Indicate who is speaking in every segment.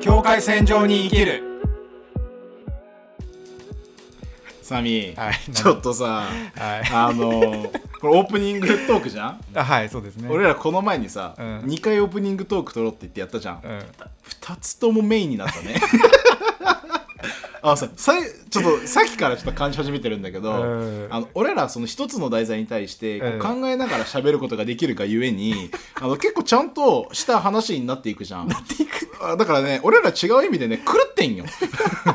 Speaker 1: 境界線上に生きる
Speaker 2: サミー、
Speaker 1: はい
Speaker 2: ちょっとさ、
Speaker 1: はい
Speaker 2: あのこれオープニングトークじゃん
Speaker 1: あはいそうですね
Speaker 2: 俺らこの前にさ、
Speaker 1: うん
Speaker 2: 2回オープニングトーク撮ろうって言ってやったじゃん、
Speaker 1: うん
Speaker 2: 2つともメインになったねあささいちょっとさっきからちょっと感じ始めてるんだけど、
Speaker 1: うん
Speaker 2: あの俺らその一つの題材に対してこう
Speaker 1: うん
Speaker 2: 考えながら喋ることができるがゆえにあの結構ちゃんとした話になっていくじゃんあだからね俺ら違う意味でね狂ってんよ
Speaker 3: そ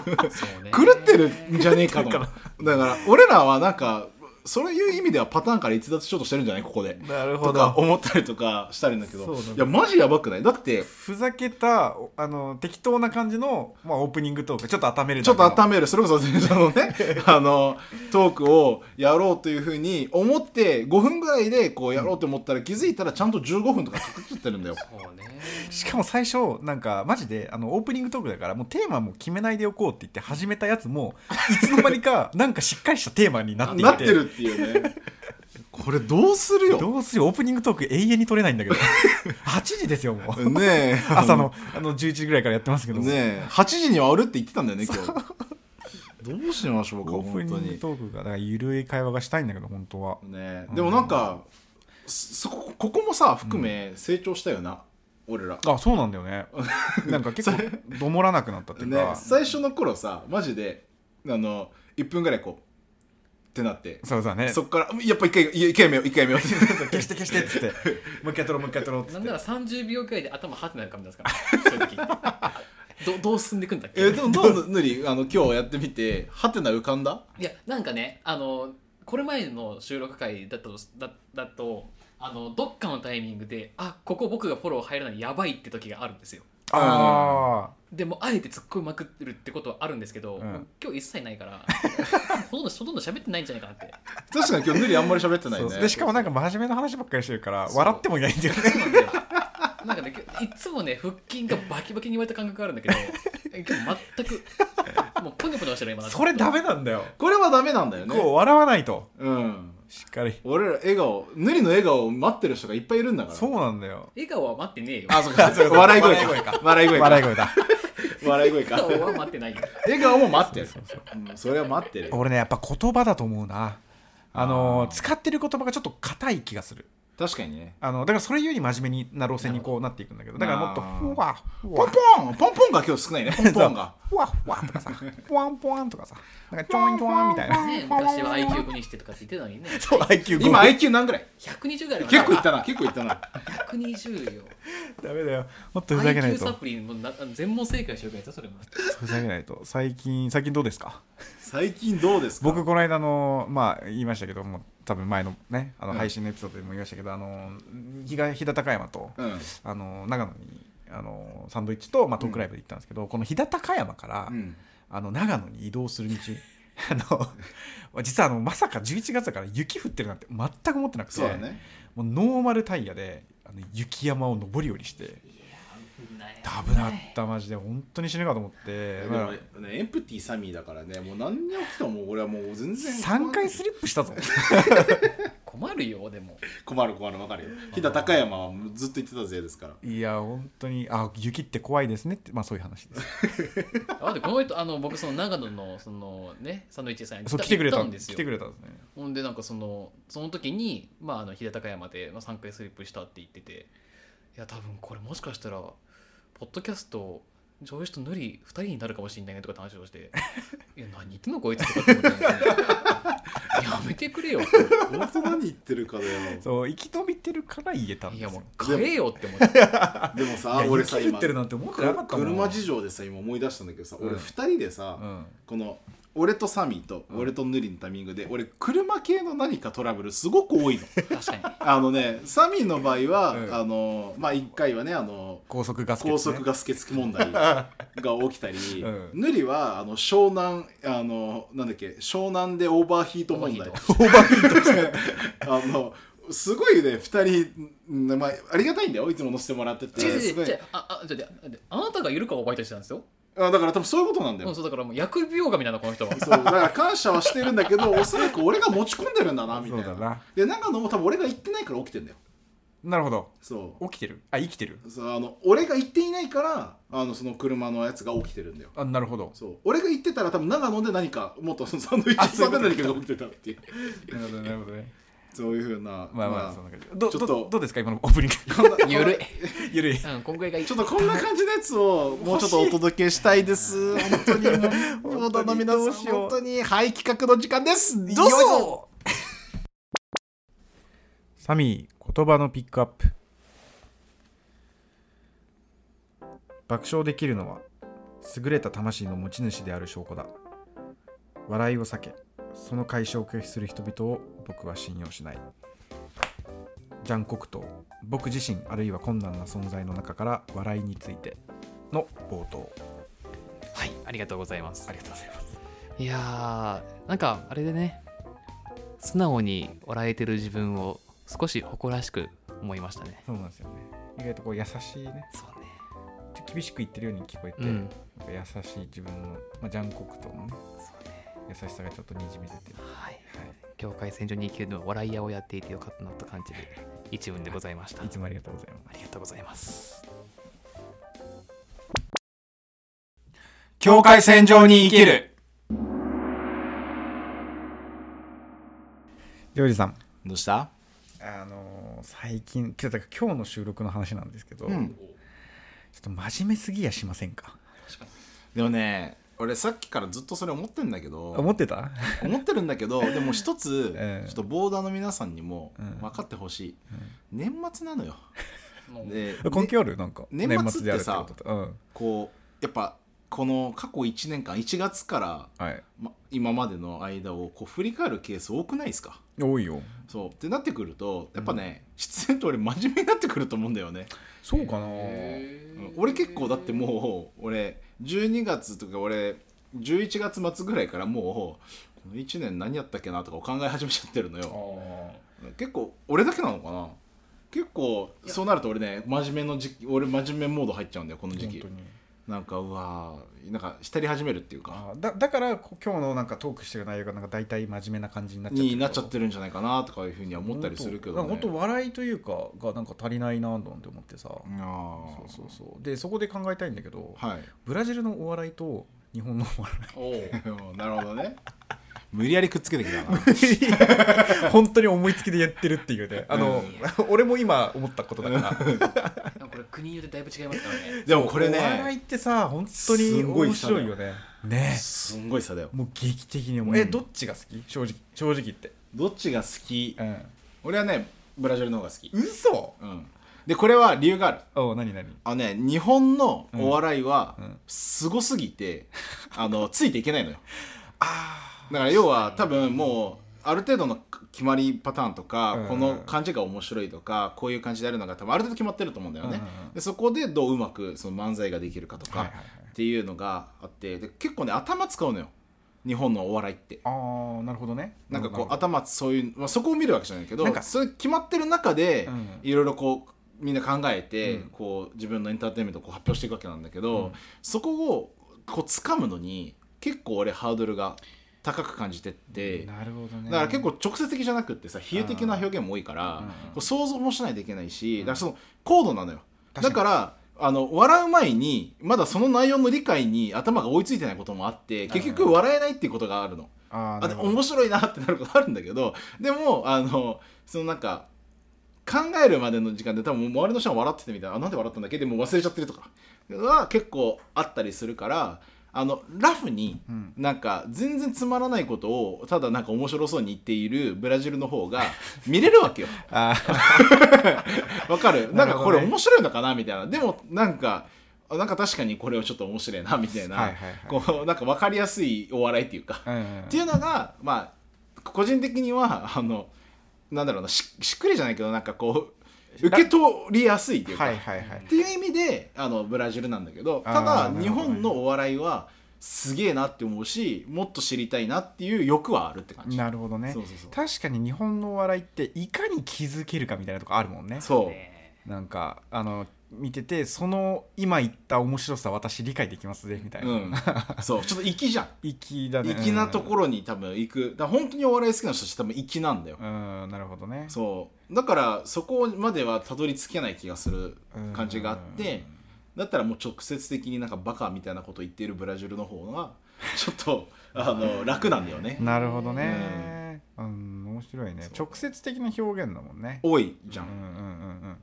Speaker 3: うね
Speaker 2: 狂ってるんじゃねえかとだから俺らはなんかそういう意味ではパターンから逸脱しようとしてるんじゃないここで
Speaker 1: なるほ
Speaker 2: とか
Speaker 1: ど
Speaker 2: 思ったりとかしたりんだけ
Speaker 1: そう
Speaker 2: ど
Speaker 1: なんだ
Speaker 2: いやマジやばくないだって
Speaker 1: ふざけたおあの適当な感じの、まあ、オープニングトークちょっと温める
Speaker 2: ちょっと
Speaker 1: 温
Speaker 2: 温めるそれこそ前者 のねあのトークをやろうというふうに思って5分ぐらいでこうやろうと思ったら気づいたらちゃんと15分とかかかっちゃってるんだよ
Speaker 3: そうね
Speaker 1: しかも最初なんかマジであのオープニングトークだからもうテーマも決めないでおこうって言って始めたやつもいつの間にか なんかしっかりしたテーマになっていて
Speaker 2: なってるっていうねこれどうするよ
Speaker 1: どうするオープニングトーク永遠に取れないん だけど8時ですよもう
Speaker 2: ねえ
Speaker 1: 朝のあの11時ぐらいからやってますけども
Speaker 2: ねえ8時には終わるって言ってたんだよね今日どうしましょうか
Speaker 1: オープ
Speaker 2: 本
Speaker 1: ニ
Speaker 2: 当
Speaker 1: ング
Speaker 2: に
Speaker 1: トークがだから緩い会話がしたいんだけど本当は
Speaker 2: ねえでもなんか、そそこここもさ含め成長したよな、俺ら
Speaker 1: あそうなんだよ ねなんか結構どもらなくなったっていう
Speaker 2: ね
Speaker 1: か、
Speaker 2: 最初の頃さマジであの1分ぐらいこうってなって
Speaker 1: そうだね
Speaker 2: そっからやっぱ一回いや一回やめよう一回やめようって
Speaker 1: 消して消してっ つってもう一回撮ろうもう一回撮ろうっつ
Speaker 3: な
Speaker 1: っ
Speaker 3: ん
Speaker 1: て
Speaker 3: なら30秒くらいで頭はてなるかみたいなですから正直どどう 進んでいくんだっ け
Speaker 2: えでもどうぬりあの今日やってみてハテナ浮かんだ
Speaker 3: いやなんかねあのこれ前の収録回だとだだとあのどっかのタイミングであここ僕がフォロー入らないやばいって時があるんですよ
Speaker 1: あ
Speaker 3: でもあえて突っ込みまくってるってことはあるんですけど、
Speaker 1: うん
Speaker 3: 今日一切ないからほとんどほとんど喋ってないんじゃないかなって
Speaker 2: 確かに今日ぬりあんまり喋って
Speaker 1: あ
Speaker 2: ないね
Speaker 1: でしかもなんか真面目な話ばっかりしてるから
Speaker 3: そう
Speaker 1: 笑ってもいないんだよね
Speaker 3: なんでなんかね今日いつもね腹筋がバキバキに言われた感覚があるんだけど今日全くもうポニョポニョしてる今
Speaker 1: それダメなんだよ
Speaker 2: これはダメなんだよ ね
Speaker 1: こう笑わないと
Speaker 2: うん
Speaker 1: しっかり
Speaker 2: 俺ら笑顔ぬりの笑顔を待ってる人がいっぱいいるんだから
Speaker 1: そうなんだよ
Speaker 3: 笑顔は待ってねえよ
Speaker 2: あそうか
Speaker 1: そうか
Speaker 2: 笑い声
Speaker 1: 笑い声
Speaker 2: か
Speaker 1: か
Speaker 2: 笑い声か
Speaker 1: 笑い 声だ
Speaker 2: 笑い声か
Speaker 3: 笑顔は待ってないよ
Speaker 2: 笑顔も待ってるうんそれは待ってる
Speaker 1: 俺ねやっぱ言葉だと思うなあの
Speaker 2: あー
Speaker 1: 使ってる言葉がちょっと硬い気がする
Speaker 2: 確かにね
Speaker 1: あのだからそれより真面目にな路線にこうなっていくんだけどだからもっと
Speaker 2: あ
Speaker 1: ふ
Speaker 2: ー
Speaker 1: わふ
Speaker 2: ポ
Speaker 1: わ
Speaker 2: ンポンポンポンが今日少ないねポンポンが
Speaker 1: ふわふわとか さポワンポワンとかさなんかちょんちょんみたいな
Speaker 3: ね、昔は IQ5 にしてとかって言ってたのにね
Speaker 1: IQ5
Speaker 2: 今 IQ 何ぐらい
Speaker 3: 120ぐらい
Speaker 2: 結構いったな結構いったな
Speaker 3: 120よ
Speaker 1: ダメだよもっとふざけない
Speaker 3: IQ
Speaker 1: と
Speaker 3: サプリもな全問正解してるからやつよそれも
Speaker 1: ふざけないと最近最近どうですか
Speaker 2: 最近どうですか
Speaker 1: 僕この間のまあ言いましたけどもう多分前のねあの
Speaker 2: うん
Speaker 1: 配信のエピソードでも言いましたけど、あの日が飛騨高山と、
Speaker 2: うん
Speaker 1: あの長野にあのサンドイッチと、まあ、トークライブで行ったんですけど、この飛騨高山から、
Speaker 2: うん
Speaker 1: あの長野に移動する道 あの実はあのまさか11月だから雪降ってるなんて全く思ってなくて
Speaker 2: そうだね
Speaker 1: もうノーマルタイヤであの雪山を登り降りして危なかったマジで本当に死ぬかと思って
Speaker 2: で
Speaker 1: ま
Speaker 2: も
Speaker 1: あ
Speaker 2: ねエンプティサミーだからねもう何に起きても俺はもう全然
Speaker 1: 3回スリップ したぞ
Speaker 3: 困るよでも
Speaker 2: 困る困るわかるよ飛騨高山はもうずっと言ってた ぜですから
Speaker 1: いや本当にあ雪って怖いですねってまあそういう話です
Speaker 3: あ待ってこの人あの僕その長野のそのねサンドイッチ屋さんに
Speaker 1: そう来てくれた
Speaker 3: 行ったんです
Speaker 1: 来
Speaker 3: よ
Speaker 1: てくれたんですね
Speaker 3: ほんでなんかそのその時に、まあ、あの日高山で、まあ、3回スリップしたって言ってていや多分これもしかしたらポッドキャスト上司とヌリ2人になるかもしれないねとかって話をして「いや何言ってんのこいつ」とかって思って、やめてくれよって
Speaker 2: 本当何言ってるかだよ
Speaker 1: そう生き延びてるから言えたん
Speaker 3: い
Speaker 1: で
Speaker 3: や
Speaker 1: す
Speaker 3: もう
Speaker 1: よ
Speaker 3: 買えよって思って
Speaker 2: でも
Speaker 1: い
Speaker 2: さ
Speaker 1: や
Speaker 2: 俺さ
Speaker 1: 雪降
Speaker 2: 今
Speaker 1: ってるなんて思ってなかったもん
Speaker 2: 車事情でさ今思い出したんだけどさ俺
Speaker 1: うん
Speaker 2: 2人でさ
Speaker 1: うん
Speaker 2: この俺とサミーと俺とヌリのタイミングで俺車系の何かトラブルすごく多いの
Speaker 3: 確かに
Speaker 2: あのねサミーの場合は、
Speaker 1: うん
Speaker 2: あのまあ1回はねあの
Speaker 1: 高速ガスケ
Speaker 2: 高
Speaker 1: ツね
Speaker 2: 速ガス欠付問 題が起きたり、
Speaker 1: うん
Speaker 2: ヌリはあの湘南あのなんだっけ湘南でオーバーヒート問題
Speaker 3: オーバ
Speaker 2: あのすごいね2人、んまあ、ありがたいんだよいつも乗せてもらってて
Speaker 3: 違う違
Speaker 2: す
Speaker 3: う違
Speaker 2: ご
Speaker 3: う違
Speaker 2: いう
Speaker 3: ああちょっと待ってあなたがいるからバイトしてたんですよ、
Speaker 2: あだから多分そういうことなんだよ、
Speaker 3: うん、そうだからもう疫病神なのこの人は
Speaker 2: そうだから感謝はしてるんだけどおそらく俺が持ち込んでるんだなみたいな
Speaker 1: そうだな
Speaker 2: で長野も多分俺が行ってないから起きてんだよ
Speaker 1: なるほど
Speaker 2: そ
Speaker 1: 起きてるあ生きてる
Speaker 2: うそうあの俺が行っていないからあのその車のやつが起きてるんだよ
Speaker 1: あなるほど
Speaker 2: そう俺が行ってたら多分長野で何かもっとそのサンドイッ
Speaker 1: あ
Speaker 2: チ
Speaker 1: そうい
Speaker 2: さ
Speaker 1: うんこ
Speaker 2: で
Speaker 1: と
Speaker 2: 何かが起きてたっていう
Speaker 1: なるほどなるほどね
Speaker 2: そういうふうな
Speaker 1: まあまあそんな感じど
Speaker 2: ちょっと
Speaker 1: どどうですか今のオープニング
Speaker 2: こんな
Speaker 3: ゆるい。
Speaker 1: ゆるい
Speaker 3: うん、今回がいい。
Speaker 2: ちょっとこんな感じのやつをもうちょっとお届けしたいです。本当にもう、
Speaker 1: 本当に
Speaker 2: の皆
Speaker 1: ど
Speaker 2: さ、
Speaker 1: うんしよう
Speaker 2: 本当に、はい、企画の時間です。どう
Speaker 1: よいし
Speaker 2: ぞ
Speaker 1: ょサミー言葉のピックアップ爆笑できるのは優れた魂の持ち主である証拠だ笑いを避けその解消を拒否する人々を僕は信用しないジャン・コクトー僕自身あるいは困難な存在の中から笑いについての冒頭
Speaker 3: はい、ありがとうございます
Speaker 1: あ。りがとうございます
Speaker 3: いやー、なんかあれでね、素直に笑えてる自分を少し誇らしく思いましたね。
Speaker 1: そうなんですよね意外とこう優しいね
Speaker 3: そうね。
Speaker 1: ちょっと厳しく言ってるように聞こえて、
Speaker 3: うん
Speaker 1: やっぱ優しい自分の、まあ、ジャン・コクトーのね
Speaker 3: そうね。
Speaker 1: 優しさがちょっとにじみ出てる、
Speaker 3: はい。
Speaker 1: は
Speaker 3: 境界線上に生きるのは笑い屋をやっていてよかったなと感じる一文でございました。
Speaker 1: い、いつもありがとうございます
Speaker 3: ありがとうございます。
Speaker 1: 境界線上に生きるジョージさん
Speaker 2: どうした
Speaker 1: あのー最近ちょっとだから今日の収録の話なんですけど、
Speaker 2: うん
Speaker 1: ちょっと真面目すぎやしませんか
Speaker 2: でもね、俺さっきからずっとそれ思ってんだけど、
Speaker 1: 思ってた
Speaker 2: 思ってるん だけど、でも一つ、
Speaker 1: ええ
Speaker 2: ちょっとボーダーの皆さんにも
Speaker 1: うん
Speaker 2: 分かってほしい、年末なのよ。で、
Speaker 1: 根
Speaker 2: で
Speaker 1: 拠あるなんか
Speaker 2: 年末ってさ
Speaker 1: 年末であるってこ
Speaker 2: こう、やっぱ、この過去1年間、1月から、
Speaker 1: とと、うんはい、
Speaker 2: ま、今までの間をこう振り返るケース多くないですか
Speaker 1: 多いよ
Speaker 2: そうってなってくるとやっぱね、必然と俺真面目になってくると思うんだよね、
Speaker 1: そうかな
Speaker 2: うん俺結構だってもう俺12月とか俺11月末ぐらいからもうこの1年何やったっけなとかを考え始めちゃってるのよ結構俺だけなのかな結構そうなると俺ね真面目の時期俺真面目モード入っちゃうんだよこの時
Speaker 1: 本
Speaker 2: 期
Speaker 1: 当に
Speaker 2: なんかうわーなんか浸り始めるっていうか
Speaker 1: あーだだからこ今日のなんかトークしてる内容がなんか大体真面目な感じになっちゃって
Speaker 2: になっちゃってるんじゃないかなとかいうふうには思ったりするけど
Speaker 1: 本
Speaker 2: ね
Speaker 1: 当笑いというかがなんか足りないななんて思ってさ、
Speaker 2: いやー
Speaker 1: そうそうそうでそこで考えたいんだけど、
Speaker 2: はい
Speaker 1: ブラジルのお笑いと日本の お笑
Speaker 3: おう
Speaker 2: うんなるほどね。無理やりくっつけてきたな。
Speaker 1: い本当に思いつきでやってるっていうねあの、俺も今思ったことだから
Speaker 3: これ国によってだいぶ違いますからね。
Speaker 2: でも これ
Speaker 1: お笑い
Speaker 2: ね、
Speaker 1: ってさ本当に
Speaker 2: すごい
Speaker 1: 面白いよねね
Speaker 2: すんごい差だよ。
Speaker 1: もう劇的に思う、
Speaker 2: うん
Speaker 1: えどっちが好き正直正直言って
Speaker 2: どっちが好き
Speaker 1: うん
Speaker 2: 俺はね、ブラジルの方が好き。
Speaker 1: 嘘
Speaker 2: うん。で、これは理由がある。
Speaker 1: お何何
Speaker 2: あのね、日本のお笑いは
Speaker 1: うんうん、
Speaker 2: すごすぎ て、あの、ついていけないのよ。
Speaker 1: あ
Speaker 2: だから要は多分もう、ある程度の決まりパターンとか、
Speaker 1: うん
Speaker 2: この感じが面白いとかこういう感じでやるのが多分ある程度決まってると思うんだよね、
Speaker 1: うんうん
Speaker 2: でそこでどううまくその漫才ができるかと
Speaker 1: あはい
Speaker 2: か
Speaker 1: はいはい
Speaker 2: っていうのがあってで結構ね頭使うのよ日本のお笑いって
Speaker 1: ああなるほどね
Speaker 2: なんかこう
Speaker 1: あ
Speaker 2: 頭そういう、まあ、そこを見るわけじゃないけど
Speaker 1: なんか
Speaker 2: それ決まってる中で
Speaker 1: うん
Speaker 2: いろいろこうみんな考えて、
Speaker 1: うん
Speaker 2: こう自分のエンターテインメントをこう発表していくわけなんだけど、
Speaker 1: うん
Speaker 2: そこをこう掴むのに結構俺ハードルが高く感じてって。
Speaker 1: なるほどね
Speaker 2: だから結構直接的じゃなくってさ比喩的な表現も多いから、
Speaker 1: うんうん
Speaker 2: こう想像もしないといけないし、だからその高度なのよ
Speaker 1: 確か
Speaker 2: だ
Speaker 1: に
Speaker 2: からあの笑う前にまだその内容の理解に頭が追いついてないこともあって結
Speaker 1: う
Speaker 2: 局
Speaker 1: ん
Speaker 2: 笑えないっていうことがあるの、
Speaker 1: あー
Speaker 2: あ
Speaker 1: な
Speaker 2: で
Speaker 1: るほど
Speaker 2: 面白いなってなることあるんだけどでもあのそのなんか考えるまでの時間で多分周りの人が笑っててみたいなあなんで笑ったんだっけでも忘れちゃってるとかは結構あったりするからあのラフに
Speaker 1: うん
Speaker 2: なんか全然つまらないことをただなんか面白そうに言っているブラジルの方が見れるわ けよ。
Speaker 1: あー
Speaker 2: わかる
Speaker 1: な
Speaker 2: な
Speaker 1: るほどね
Speaker 2: んかこれ面白いのかなみたいなでもなんかあなんか確かにこれはちょっと面白いなみたいな、
Speaker 1: はいはいはい
Speaker 2: こうなんか分かりやすいお笑いっていうか
Speaker 1: うんうん
Speaker 2: っていうのがまあ個人的にはあのなんだろうなししっくりじゃないけどなんかこう受け取りやすいっていうか、
Speaker 1: はいはいはい
Speaker 2: っていう意味であのブラジルなんだけど
Speaker 1: あーなる
Speaker 2: た
Speaker 1: ほ
Speaker 2: だ
Speaker 1: どね
Speaker 2: 日本のお笑いはすげえなって思うしもっと知りたいなっていう欲はあるって感じ。
Speaker 1: なるほどね
Speaker 2: そうそうそう
Speaker 1: 確かに日本のお笑いっていかに気づけるかみたいなとこあるもんね
Speaker 2: そう
Speaker 3: ね
Speaker 1: なんかあの見ててその今言った面白さ私理解できますねみたいな、
Speaker 2: うん、そうちょっと粋 じゃん
Speaker 1: 粋だね
Speaker 2: 粋なところに多分行くだから本当にお笑い好きな人たち多分粋なんだよ、
Speaker 1: うん、うんなるほどね
Speaker 2: そうだからそこまではたどり着けない気がする感じがあってだったらもう直接的になんかバカみたいなこと言っているブラジルの方がちょっ とあの楽なんだよね
Speaker 1: なるほどねうん面白いね
Speaker 2: そう
Speaker 1: 直接的な表現だもんね
Speaker 2: 多いじゃ
Speaker 1: うん
Speaker 2: ん、
Speaker 1: うんうんうん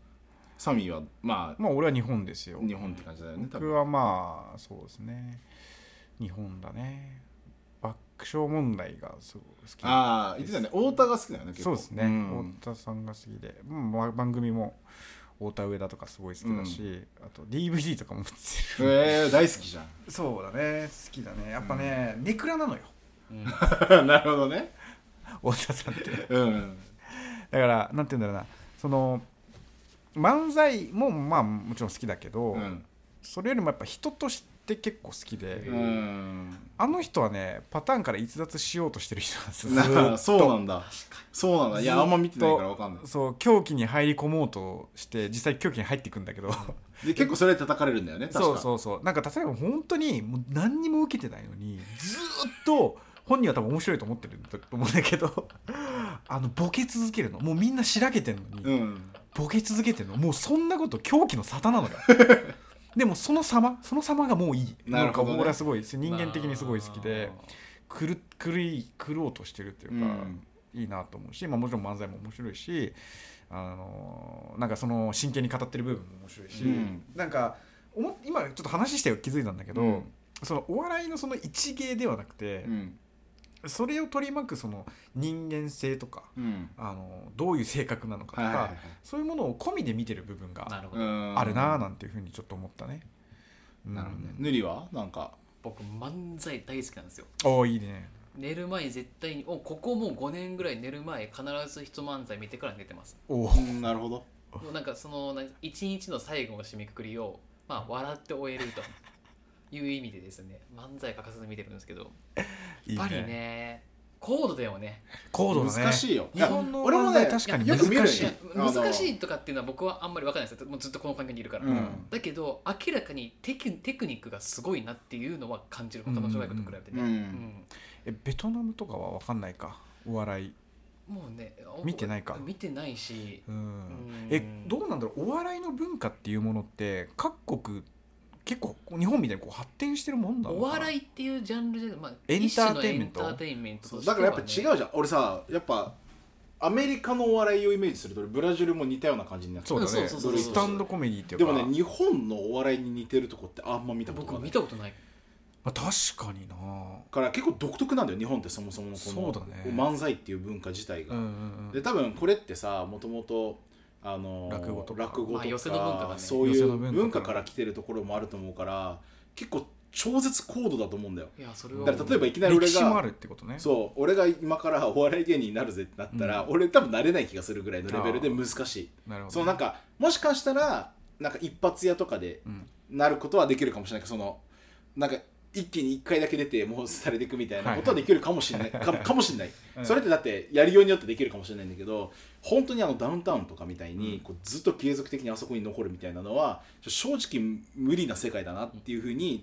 Speaker 2: サミーはまあ
Speaker 1: まあ俺は日本ですよ
Speaker 2: 日本って感じだよね多
Speaker 1: 僕
Speaker 2: 分
Speaker 1: はまあそうですね日本だね爆笑問題がすごい好き
Speaker 2: ああ言ってたね太田が好きだよね結構
Speaker 1: そうですね、
Speaker 2: ん
Speaker 1: 太田さんが好きで、うんまあ番組も太田上田とかすごい好きだし、あと DVD とかも持ってる
Speaker 2: えー、大好きじゃ
Speaker 1: そうだね好きだねやっぱね、ネクラなのよ
Speaker 3: うん
Speaker 2: ん なるほどね
Speaker 1: 太田さんってだ
Speaker 2: うん
Speaker 1: からなんて言うんだろうなその漫才もまあもちろん好きだけど、
Speaker 2: うん
Speaker 1: それよりもやっぱ人として結構好きで、
Speaker 3: う
Speaker 2: うん
Speaker 1: あの人はねパターンから逸脱しようとしてる人なんですよず
Speaker 2: な
Speaker 1: ー
Speaker 2: あ
Speaker 1: っ
Speaker 2: そうなんだそうなんだいやあんま見てないからわかんない
Speaker 1: とそう狂気に入り込もうとして実際狂気に入っていくんだ けど
Speaker 2: で結構それで叩かれるんだよね確か
Speaker 1: そうそうそうなんか例えば本当にもう何にも受けてないのにずーっと本人は多分面白いと思ってるんだと思うんだけど あのボケ続けるのもうみんなしらけてんのに、
Speaker 2: うん
Speaker 1: ボケ続けてんのもうそんなこと狂気の沙汰 なのよでもその様その様がもういい
Speaker 2: なるほどね
Speaker 1: んか俺はすごい 人間的にすごい好きで、くる狂い狂おうとしてるっていううか、
Speaker 2: ん
Speaker 1: いいなと思うし、まあ、もちろん漫才も面白いし、あのーなんかその真剣に語ってる部分も面白いし、
Speaker 2: うん
Speaker 1: なんかおも今ちょっと話して気づいたんだけど、
Speaker 2: うん
Speaker 1: そのお笑いのその一芸ではなくて
Speaker 2: う、ん
Speaker 1: それを取り巻くその人間性とか、
Speaker 2: うん
Speaker 1: あのーどういう性格なのかと
Speaker 2: は
Speaker 1: か、
Speaker 2: いはいはい
Speaker 1: そういうものを込みで見てる部分
Speaker 3: な
Speaker 1: が
Speaker 3: るほ
Speaker 2: う
Speaker 3: ど、
Speaker 2: ん
Speaker 1: あるなあなんていうふうにちょっと思ったね。うん
Speaker 2: なるほどねぬりはなんか
Speaker 3: 僕漫才大好きなんですよ
Speaker 1: おーいいね。
Speaker 3: 寝る前に絶対におここもう5年ぐらい寝る前必ず一漫才見てから寝てます
Speaker 1: お
Speaker 2: う
Speaker 1: ー
Speaker 2: んなるほど
Speaker 3: もうなんかそのな一日の最後の締めくくりを、まあ、笑って終えるという意味でです ね漫才欠かさず見てるんですけどやっ
Speaker 1: いい
Speaker 3: ぱりね高度だよね
Speaker 1: 高度だね。
Speaker 2: 難しいよ
Speaker 1: 日本の
Speaker 2: いや俺もね
Speaker 1: 漫才確かに
Speaker 2: よく見る
Speaker 1: 難しい
Speaker 2: よ
Speaker 3: 難しい難
Speaker 2: あ
Speaker 3: しいとかっていうのは僕はあんまり分かんないですもうずっとこの環境にいるから、
Speaker 2: うん
Speaker 3: だけど明らかにテクテクニックがすごいなっていうのは感じる
Speaker 1: うん
Speaker 3: 他の諸外国と比べてね、
Speaker 2: うん
Speaker 1: えベトナムとかは分かんないかお笑い。
Speaker 3: うんもうねお
Speaker 1: 見てないか
Speaker 3: 見てないし
Speaker 1: うん
Speaker 3: ん
Speaker 1: えどうなんだろうお笑いの文化っていうものって各国結構こう日本みたいにこう発展してるもんなの
Speaker 3: お
Speaker 1: かな
Speaker 3: 笑いっていうジャンルじゃない、まあ、
Speaker 1: エンターテインメント
Speaker 3: 一種のエンターテインメント
Speaker 2: そ
Speaker 3: と
Speaker 2: う
Speaker 3: して
Speaker 2: だ
Speaker 3: は
Speaker 2: か
Speaker 3: ね、
Speaker 2: らやっぱ違うじゃん俺さやっぱアメリカのお笑いをイメージするとブラジルも似たような感じになって
Speaker 1: そ
Speaker 2: る
Speaker 1: うだ
Speaker 3: そ
Speaker 1: ね
Speaker 3: うそうそう
Speaker 2: そう
Speaker 1: スタンドコメディっていう
Speaker 2: で
Speaker 1: か
Speaker 2: もね日本のお笑いに似てるとこってあんま見たこと
Speaker 3: 僕
Speaker 2: がな
Speaker 3: 見
Speaker 2: い
Speaker 3: たことない
Speaker 1: まあ、確かにな
Speaker 2: から結構独特なんだよ日本ってそもそものこの
Speaker 1: そうだね
Speaker 2: 漫才っていう文化自体
Speaker 1: う
Speaker 2: が、
Speaker 1: んうんう
Speaker 2: で多分これってさもともとあのー
Speaker 1: 落語とか
Speaker 2: 落語
Speaker 3: まあ寄せの文化だね
Speaker 2: そうい
Speaker 1: 寄せ
Speaker 2: う
Speaker 1: の文化
Speaker 2: 文化から来てるところもあると思うから結構超絶高度だと思うんだよ
Speaker 3: いやそれ
Speaker 1: ん
Speaker 3: は
Speaker 2: だから例えばいきなり
Speaker 1: 歴
Speaker 2: 俺
Speaker 1: 史もあ
Speaker 2: が
Speaker 1: るってことね
Speaker 2: そう俺が今からお笑い芸人になるぜってなったら、
Speaker 1: う
Speaker 2: 俺多分慣れない気がするぐらいのレベルで難しい
Speaker 1: なるほど
Speaker 2: そのなんかもしかしたらなんか一発屋とかで
Speaker 1: うん
Speaker 2: なることはできるかもしれないけどそのなんか一気に1回だけ出てもうされていくみたいなことはできるかもしれな い、かかもしれない、
Speaker 1: うん
Speaker 2: それってだってやりようによってできるかもしれないんだけど本当にあのダウンタウンとかみたい
Speaker 1: う
Speaker 2: に、
Speaker 1: ん
Speaker 2: こうずっと継続的にあそこに残るみたいなのはちょ正直無理な世界だなっていうふうに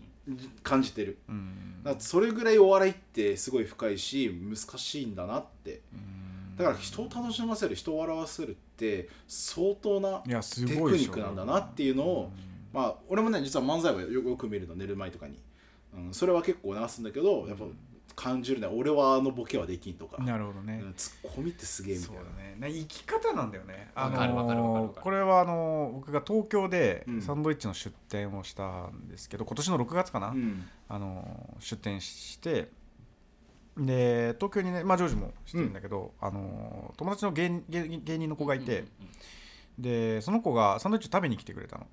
Speaker 2: 感じてる
Speaker 1: うん
Speaker 2: だからそれぐらいお笑いってすごい深いし難しいんだなって
Speaker 1: うん
Speaker 2: だから人を楽しませる人を笑わせるって相当ない
Speaker 1: やすごいでしょ
Speaker 2: テクニックなんだなっていうのをまあ俺もね実は漫才はよよく見るの寝る前とかに、うん、それは結構流すんだけどやっぱ感じるね俺はあのボケはできんとか、
Speaker 1: うんなるほど
Speaker 2: う
Speaker 1: ね、
Speaker 2: んツッコミってすげえみた
Speaker 1: そ
Speaker 2: いうな
Speaker 1: だねね生き方なんだよねあの
Speaker 3: わかるわかるわかるわか
Speaker 1: ー
Speaker 3: る
Speaker 1: これはあのー僕が東京で
Speaker 2: うん
Speaker 1: サンドイッチの出店をしたんですけど、今年の6月かな、
Speaker 2: うん
Speaker 1: あの出店してで東京にね、まあ、ジョージもしてるんだけど、あの友達の芸人芸人芸人の子がいて、でその子がサンドイッチを食べに来てくれたの、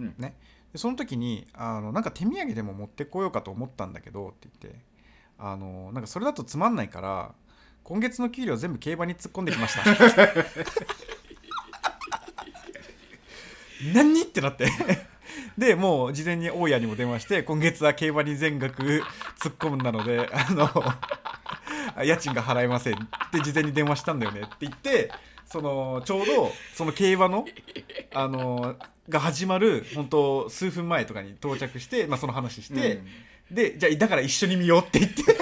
Speaker 2: うん
Speaker 1: ね、でその時にあのなんか手土産でも持ってこようかと思ったんだけどって言ってあのなんかそれだとつまんないから今月の給料全部競馬に突っ込んでき ました何ってなってでもう事前に大家にも電話して今月は競馬に全額突っ込んだのであの家賃が払えませんって事前に電話したんだよねって言ってそのちょうどその競馬のあのが始まる本当数分前とかに到着して、まあ、その話して、
Speaker 2: うん
Speaker 1: でじゃあだから一緒に見ようって言って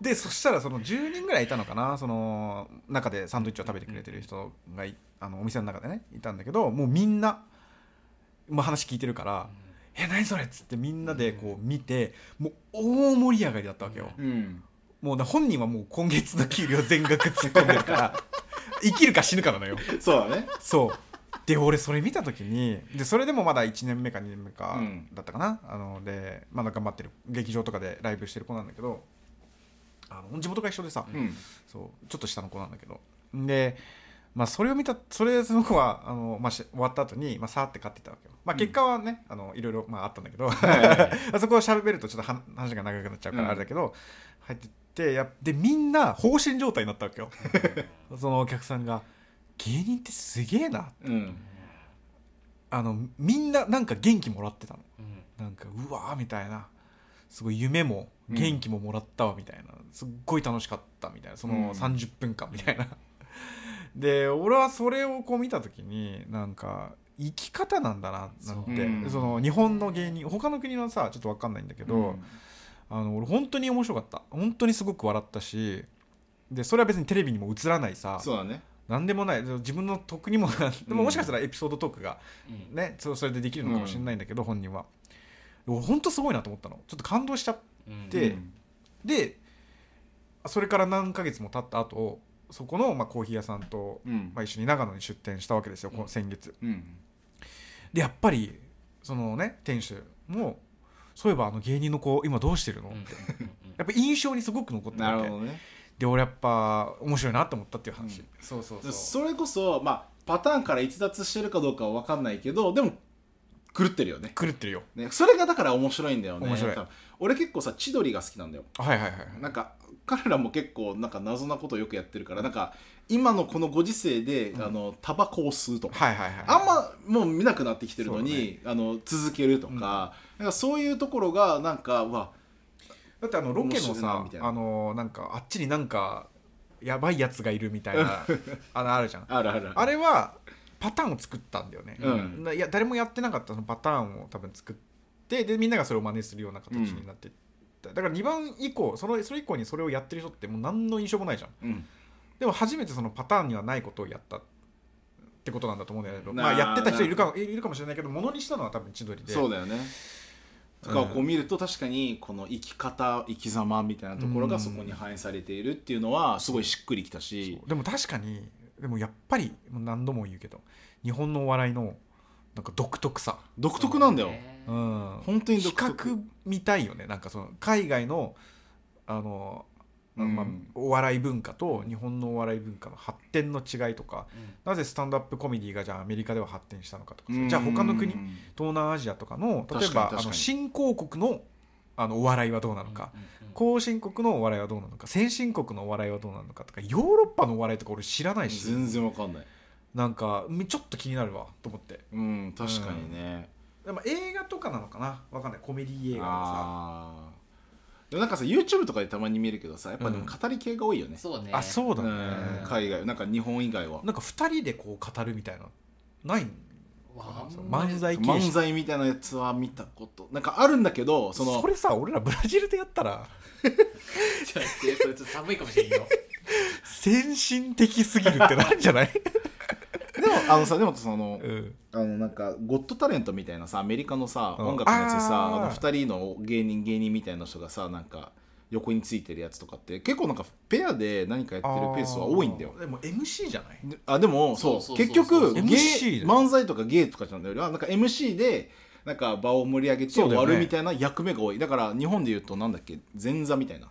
Speaker 1: でそしたらその10人ぐらいいたのかなその中でサンドイッチを食べてくれてる人がいあのお店の中でねいたんだけどもうみんな、まあ、話聞いてるから「え何それ?」っつってみんなでこう見てもう大盛り上がりだったわけよ。
Speaker 2: うん
Speaker 1: もうな本人はもう今月の給料全額突っ込んでるから生きるか死ぬかなのよ
Speaker 2: そうだね
Speaker 1: そうで俺それ見た時にでそれでもまだ1年目か2年目か
Speaker 2: うん
Speaker 1: だったかな、あのでまだ頑張ってる劇場とかでライブしてる子なんだけどあの地元が一緒でさ、
Speaker 2: うん
Speaker 1: そうちょっと下の子なんだけどで、まあ、それを見たそれその子はあの、まあ、し終わった後にまあ、さーって買ってたわけよ、まあ、結果はね、あのいろいろ、ま あ、あったんだけどあそこを喋るとちょっとは話が長くなっちゃうか
Speaker 2: うん
Speaker 1: らあれだけど、入ってってやっでみんな放心状態になったわけよ そのお客さんが「芸人ってすげえな」
Speaker 2: うん
Speaker 1: あのみんななんか元気もらってたの
Speaker 3: うん
Speaker 1: なんかうわーみたいなすごい夢も元気ももらったわみたいな、すっごい楽しかったみたいなそ
Speaker 2: うん
Speaker 1: の30分間みたいな、 で俺はそれをこう見た時になんか生き方なんだななんて
Speaker 2: そ
Speaker 1: そ,、
Speaker 2: ううん
Speaker 1: の日本の芸人他の国のさちょっと分かんないんだけど、あの俺本当に面白かった本当にすごく笑ったしでそれは別にテレビにも映らないさ
Speaker 2: そうだね
Speaker 1: 何でもない自分の得にもなでももしかしたらエピソードトークが
Speaker 3: うん
Speaker 1: ね、そうそれでできるのかもしれないんだけど、本人は俺本当すごいなと思ったのちょっと感動しちゃっ
Speaker 3: うん
Speaker 1: で
Speaker 2: うん
Speaker 1: てそれから何ヶ月も経った後そこの、まあ、コーヒー屋さんと、
Speaker 2: うん
Speaker 1: まあ、一緒に長野に出店したわけですよ、こ
Speaker 3: う
Speaker 1: うん先月
Speaker 2: うん
Speaker 1: でやっぱりそのね店主もそういえばあの芸人の子今どうしてるの、
Speaker 3: うんうん
Speaker 1: や
Speaker 3: うん
Speaker 1: っぱ印象にすごく残ってる
Speaker 2: な
Speaker 1: わ
Speaker 2: る
Speaker 1: け
Speaker 2: ほどね
Speaker 1: で俺やっぱ面白いなと思ったっていう話、
Speaker 2: うん
Speaker 1: そうそう
Speaker 2: でそれこそまあパターンから逸脱してるかどうかは分かんないけどでも狂ってるよね
Speaker 1: 狂ってるよ
Speaker 2: ねそれがだから面白いんだよね
Speaker 1: 面白い
Speaker 2: 多分俺結構さ千鳥が好きなんだよ
Speaker 1: はいはいはい
Speaker 2: なんか彼らも結構なんか謎なことをよくやってるからなんか今のこのご時世で、あのタバコを吸うとか、
Speaker 1: はいはいはい
Speaker 2: あんまもう見なくなってきてるのに、あの続けるとか,、なんかそういうところがなんかうわ
Speaker 1: だってあのロケの
Speaker 2: 面白いな
Speaker 1: さ
Speaker 2: みたいな
Speaker 1: あのなんかあっちになんかやばいやつがいるみたいなあのあるじゃん
Speaker 2: あるある
Speaker 1: あれはパターンを作ったんだよね、
Speaker 2: うん
Speaker 1: ないや誰もやってなかったそのパターンを多分作ってでみんながそれを真似するような形になってった、だから2番以降そのそれ以降にそれをやってる人ってもう何の印象もないじゃん
Speaker 2: うん
Speaker 1: でも初めてそのパターンにはないことをやったってことなんだと思うんだけど、
Speaker 2: な
Speaker 1: まあ、やってた人いるかいるかもしれないけどものにしたのは多分千鳥で
Speaker 2: そうだよねとかをこう見ると確かにこの生き方生き様みたいなところ
Speaker 1: う
Speaker 2: が
Speaker 1: ん
Speaker 2: そこに反映されているっていうのはすごいしっくりきたし
Speaker 1: でも確かにでもやっぱりもう何度も言うけど日本のお笑いのなんか独特さ、
Speaker 2: 独特なんだよ、
Speaker 1: う
Speaker 3: ね
Speaker 1: ん、
Speaker 2: 本当に
Speaker 1: 比
Speaker 2: 独特
Speaker 1: 較みたいよねなんかその海外のあの、まあ
Speaker 2: うん
Speaker 1: お笑い文化と日本のお笑い文化の発展の違いとかなぜスタンドアップコメディがじゃあアメリカでは発展したのかとか
Speaker 2: うん
Speaker 1: じゃあ他の国東南アジアとかの例え
Speaker 2: 確かに
Speaker 1: ば
Speaker 2: 確かに
Speaker 1: あの新興国のあのお笑いはどうなのか、
Speaker 3: うんうんうん
Speaker 1: 後進国のお笑いはどうなのか先進国のお笑いはどうなのかとかヨーロッパのお笑いとか俺知らないし
Speaker 2: 全然わかんない
Speaker 1: なんかみちょっと気になるわと思って
Speaker 2: うん確かにね、
Speaker 1: でも映画とかなのかなわかんないコメディ映画とか
Speaker 2: あーでもなんかさ YouTube とかでたまに見るけどさやっぱでも語り系が多いよね、
Speaker 3: そうね
Speaker 1: さあそう
Speaker 2: う
Speaker 1: だ
Speaker 2: ん
Speaker 1: ね
Speaker 2: 海外なんか日本以外は
Speaker 1: なんか2人でこう語るみたいなない
Speaker 3: わあんまり
Speaker 1: 漫才形
Speaker 2: 漫
Speaker 1: 式
Speaker 2: 才みたいなやつは見たことなんかあるんだけどそ
Speaker 1: そ
Speaker 2: の
Speaker 1: れさ俺らブラジルでやったら
Speaker 3: ちょっと待ってそれちょっと寒いかもしれんよ
Speaker 1: 先進的すぎるってなんじゃない
Speaker 2: でもあのさでもその
Speaker 1: うん
Speaker 2: あのなんかゴッドタレントみたいなさアメリカのさ、
Speaker 1: うん
Speaker 2: 音楽のやつでさ
Speaker 1: あー
Speaker 2: あの2人の芸人芸人みたいな人がさなんか横についてるやつとかって結構なんかペアで何かやってるペースは多いんだよ
Speaker 1: あーでも MC じゃない
Speaker 2: であでもそう
Speaker 3: そうそうそう
Speaker 2: 結局
Speaker 3: そう
Speaker 2: ゲ
Speaker 1: MC
Speaker 2: ー漫才とかゲーとかじゃないよりはなんか MC でなんか場を盛り上げて
Speaker 1: そう
Speaker 2: 終
Speaker 1: だよ
Speaker 2: わ
Speaker 1: ね
Speaker 2: るみたいな役目が多いだ,、から日本で言うとなんだっけ前座みたいなん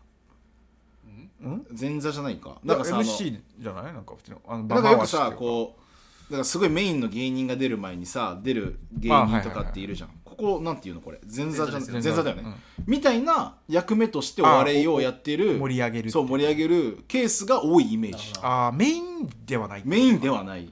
Speaker 1: ん
Speaker 2: 前座じゃないか
Speaker 1: な
Speaker 2: な
Speaker 1: か
Speaker 2: んんかさあの
Speaker 1: MC じゃないなんか普通のあの
Speaker 2: なんか
Speaker 1: バ
Speaker 2: よく
Speaker 1: バア
Speaker 2: さ
Speaker 1: っていうか
Speaker 2: こうだからすごいメインの芸人が出る前にさ出る芸人とかっているじゃん、ここなんていうのこれ前座じゃん前
Speaker 1: 前座ですよ
Speaker 2: 座だよね、みたいな役目としてお笑いをやってる
Speaker 1: 盛り上げる
Speaker 2: そう盛り上げるケースが多いイメージ
Speaker 3: なるほ
Speaker 1: ああメインではない
Speaker 2: メインではない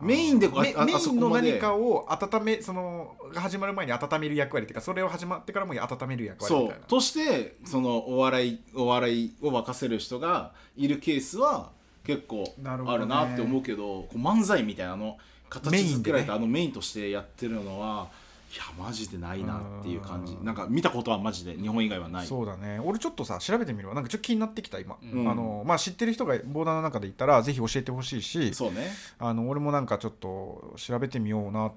Speaker 2: メインでこう
Speaker 1: メ
Speaker 2: ああ
Speaker 1: メ
Speaker 2: あそ
Speaker 1: イ
Speaker 2: こ
Speaker 1: ンの
Speaker 2: まで
Speaker 1: 何かを温めそのが始まる前に温める役割っていうかそれを始まってからも温める役割み
Speaker 2: そ
Speaker 1: たいうな
Speaker 2: としてそのお笑いお笑いを沸かせる人がいるケースは結構
Speaker 1: なるほ
Speaker 2: あ
Speaker 1: どね
Speaker 2: るなって思うけどこう漫才みたいなあの
Speaker 1: メ
Speaker 2: 形
Speaker 1: イン
Speaker 2: 作
Speaker 1: でね
Speaker 2: られたあのメインとしてやってるのはいやマジでないなっていう感じ
Speaker 1: うん
Speaker 2: なんか見たことはマジで日本以外はない
Speaker 1: そうだね俺ちょっとさ調べてみるわなんかちょっと気になってきた今、
Speaker 2: うん
Speaker 1: あのまあ、知ってる人がボーダーの中でいたらぜひ教えてほしいし
Speaker 2: そうね
Speaker 1: あの俺もなんかちょっと調べてみような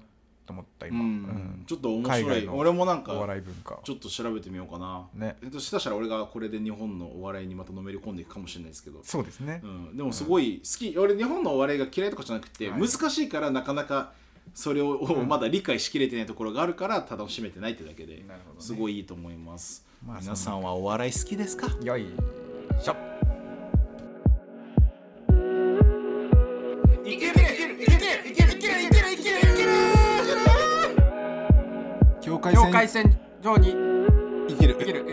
Speaker 1: と思った
Speaker 2: う
Speaker 1: 今、
Speaker 2: んちょっと面
Speaker 1: 海
Speaker 2: 白
Speaker 1: 外
Speaker 2: い
Speaker 1: の
Speaker 2: 俺もなん
Speaker 1: うんお
Speaker 2: か
Speaker 1: 笑い文化
Speaker 2: ちょっと調べてみようかな
Speaker 1: ね
Speaker 2: えっとしたしたら俺がこれで日本のお笑いにまたのめり込んでいくかもしれないですけど
Speaker 1: そうですね、
Speaker 2: うん、でもすごい好き、俺日本のお笑いが嫌いとかじゃなくて、
Speaker 1: はい
Speaker 2: 難しいからなかなかそれを、まだ理解しきれてないところがあるから楽しめてないってだけで、
Speaker 1: なるほどね
Speaker 2: すごいいいと思います、
Speaker 1: まあ
Speaker 2: 皆さんはお笑い好きですか
Speaker 1: よいしょ
Speaker 2: いけるいけるいけるいけるいけるいけるいけるいける
Speaker 4: 境界
Speaker 1: 境
Speaker 4: 線
Speaker 1: 界線上に
Speaker 2: いける
Speaker 1: いける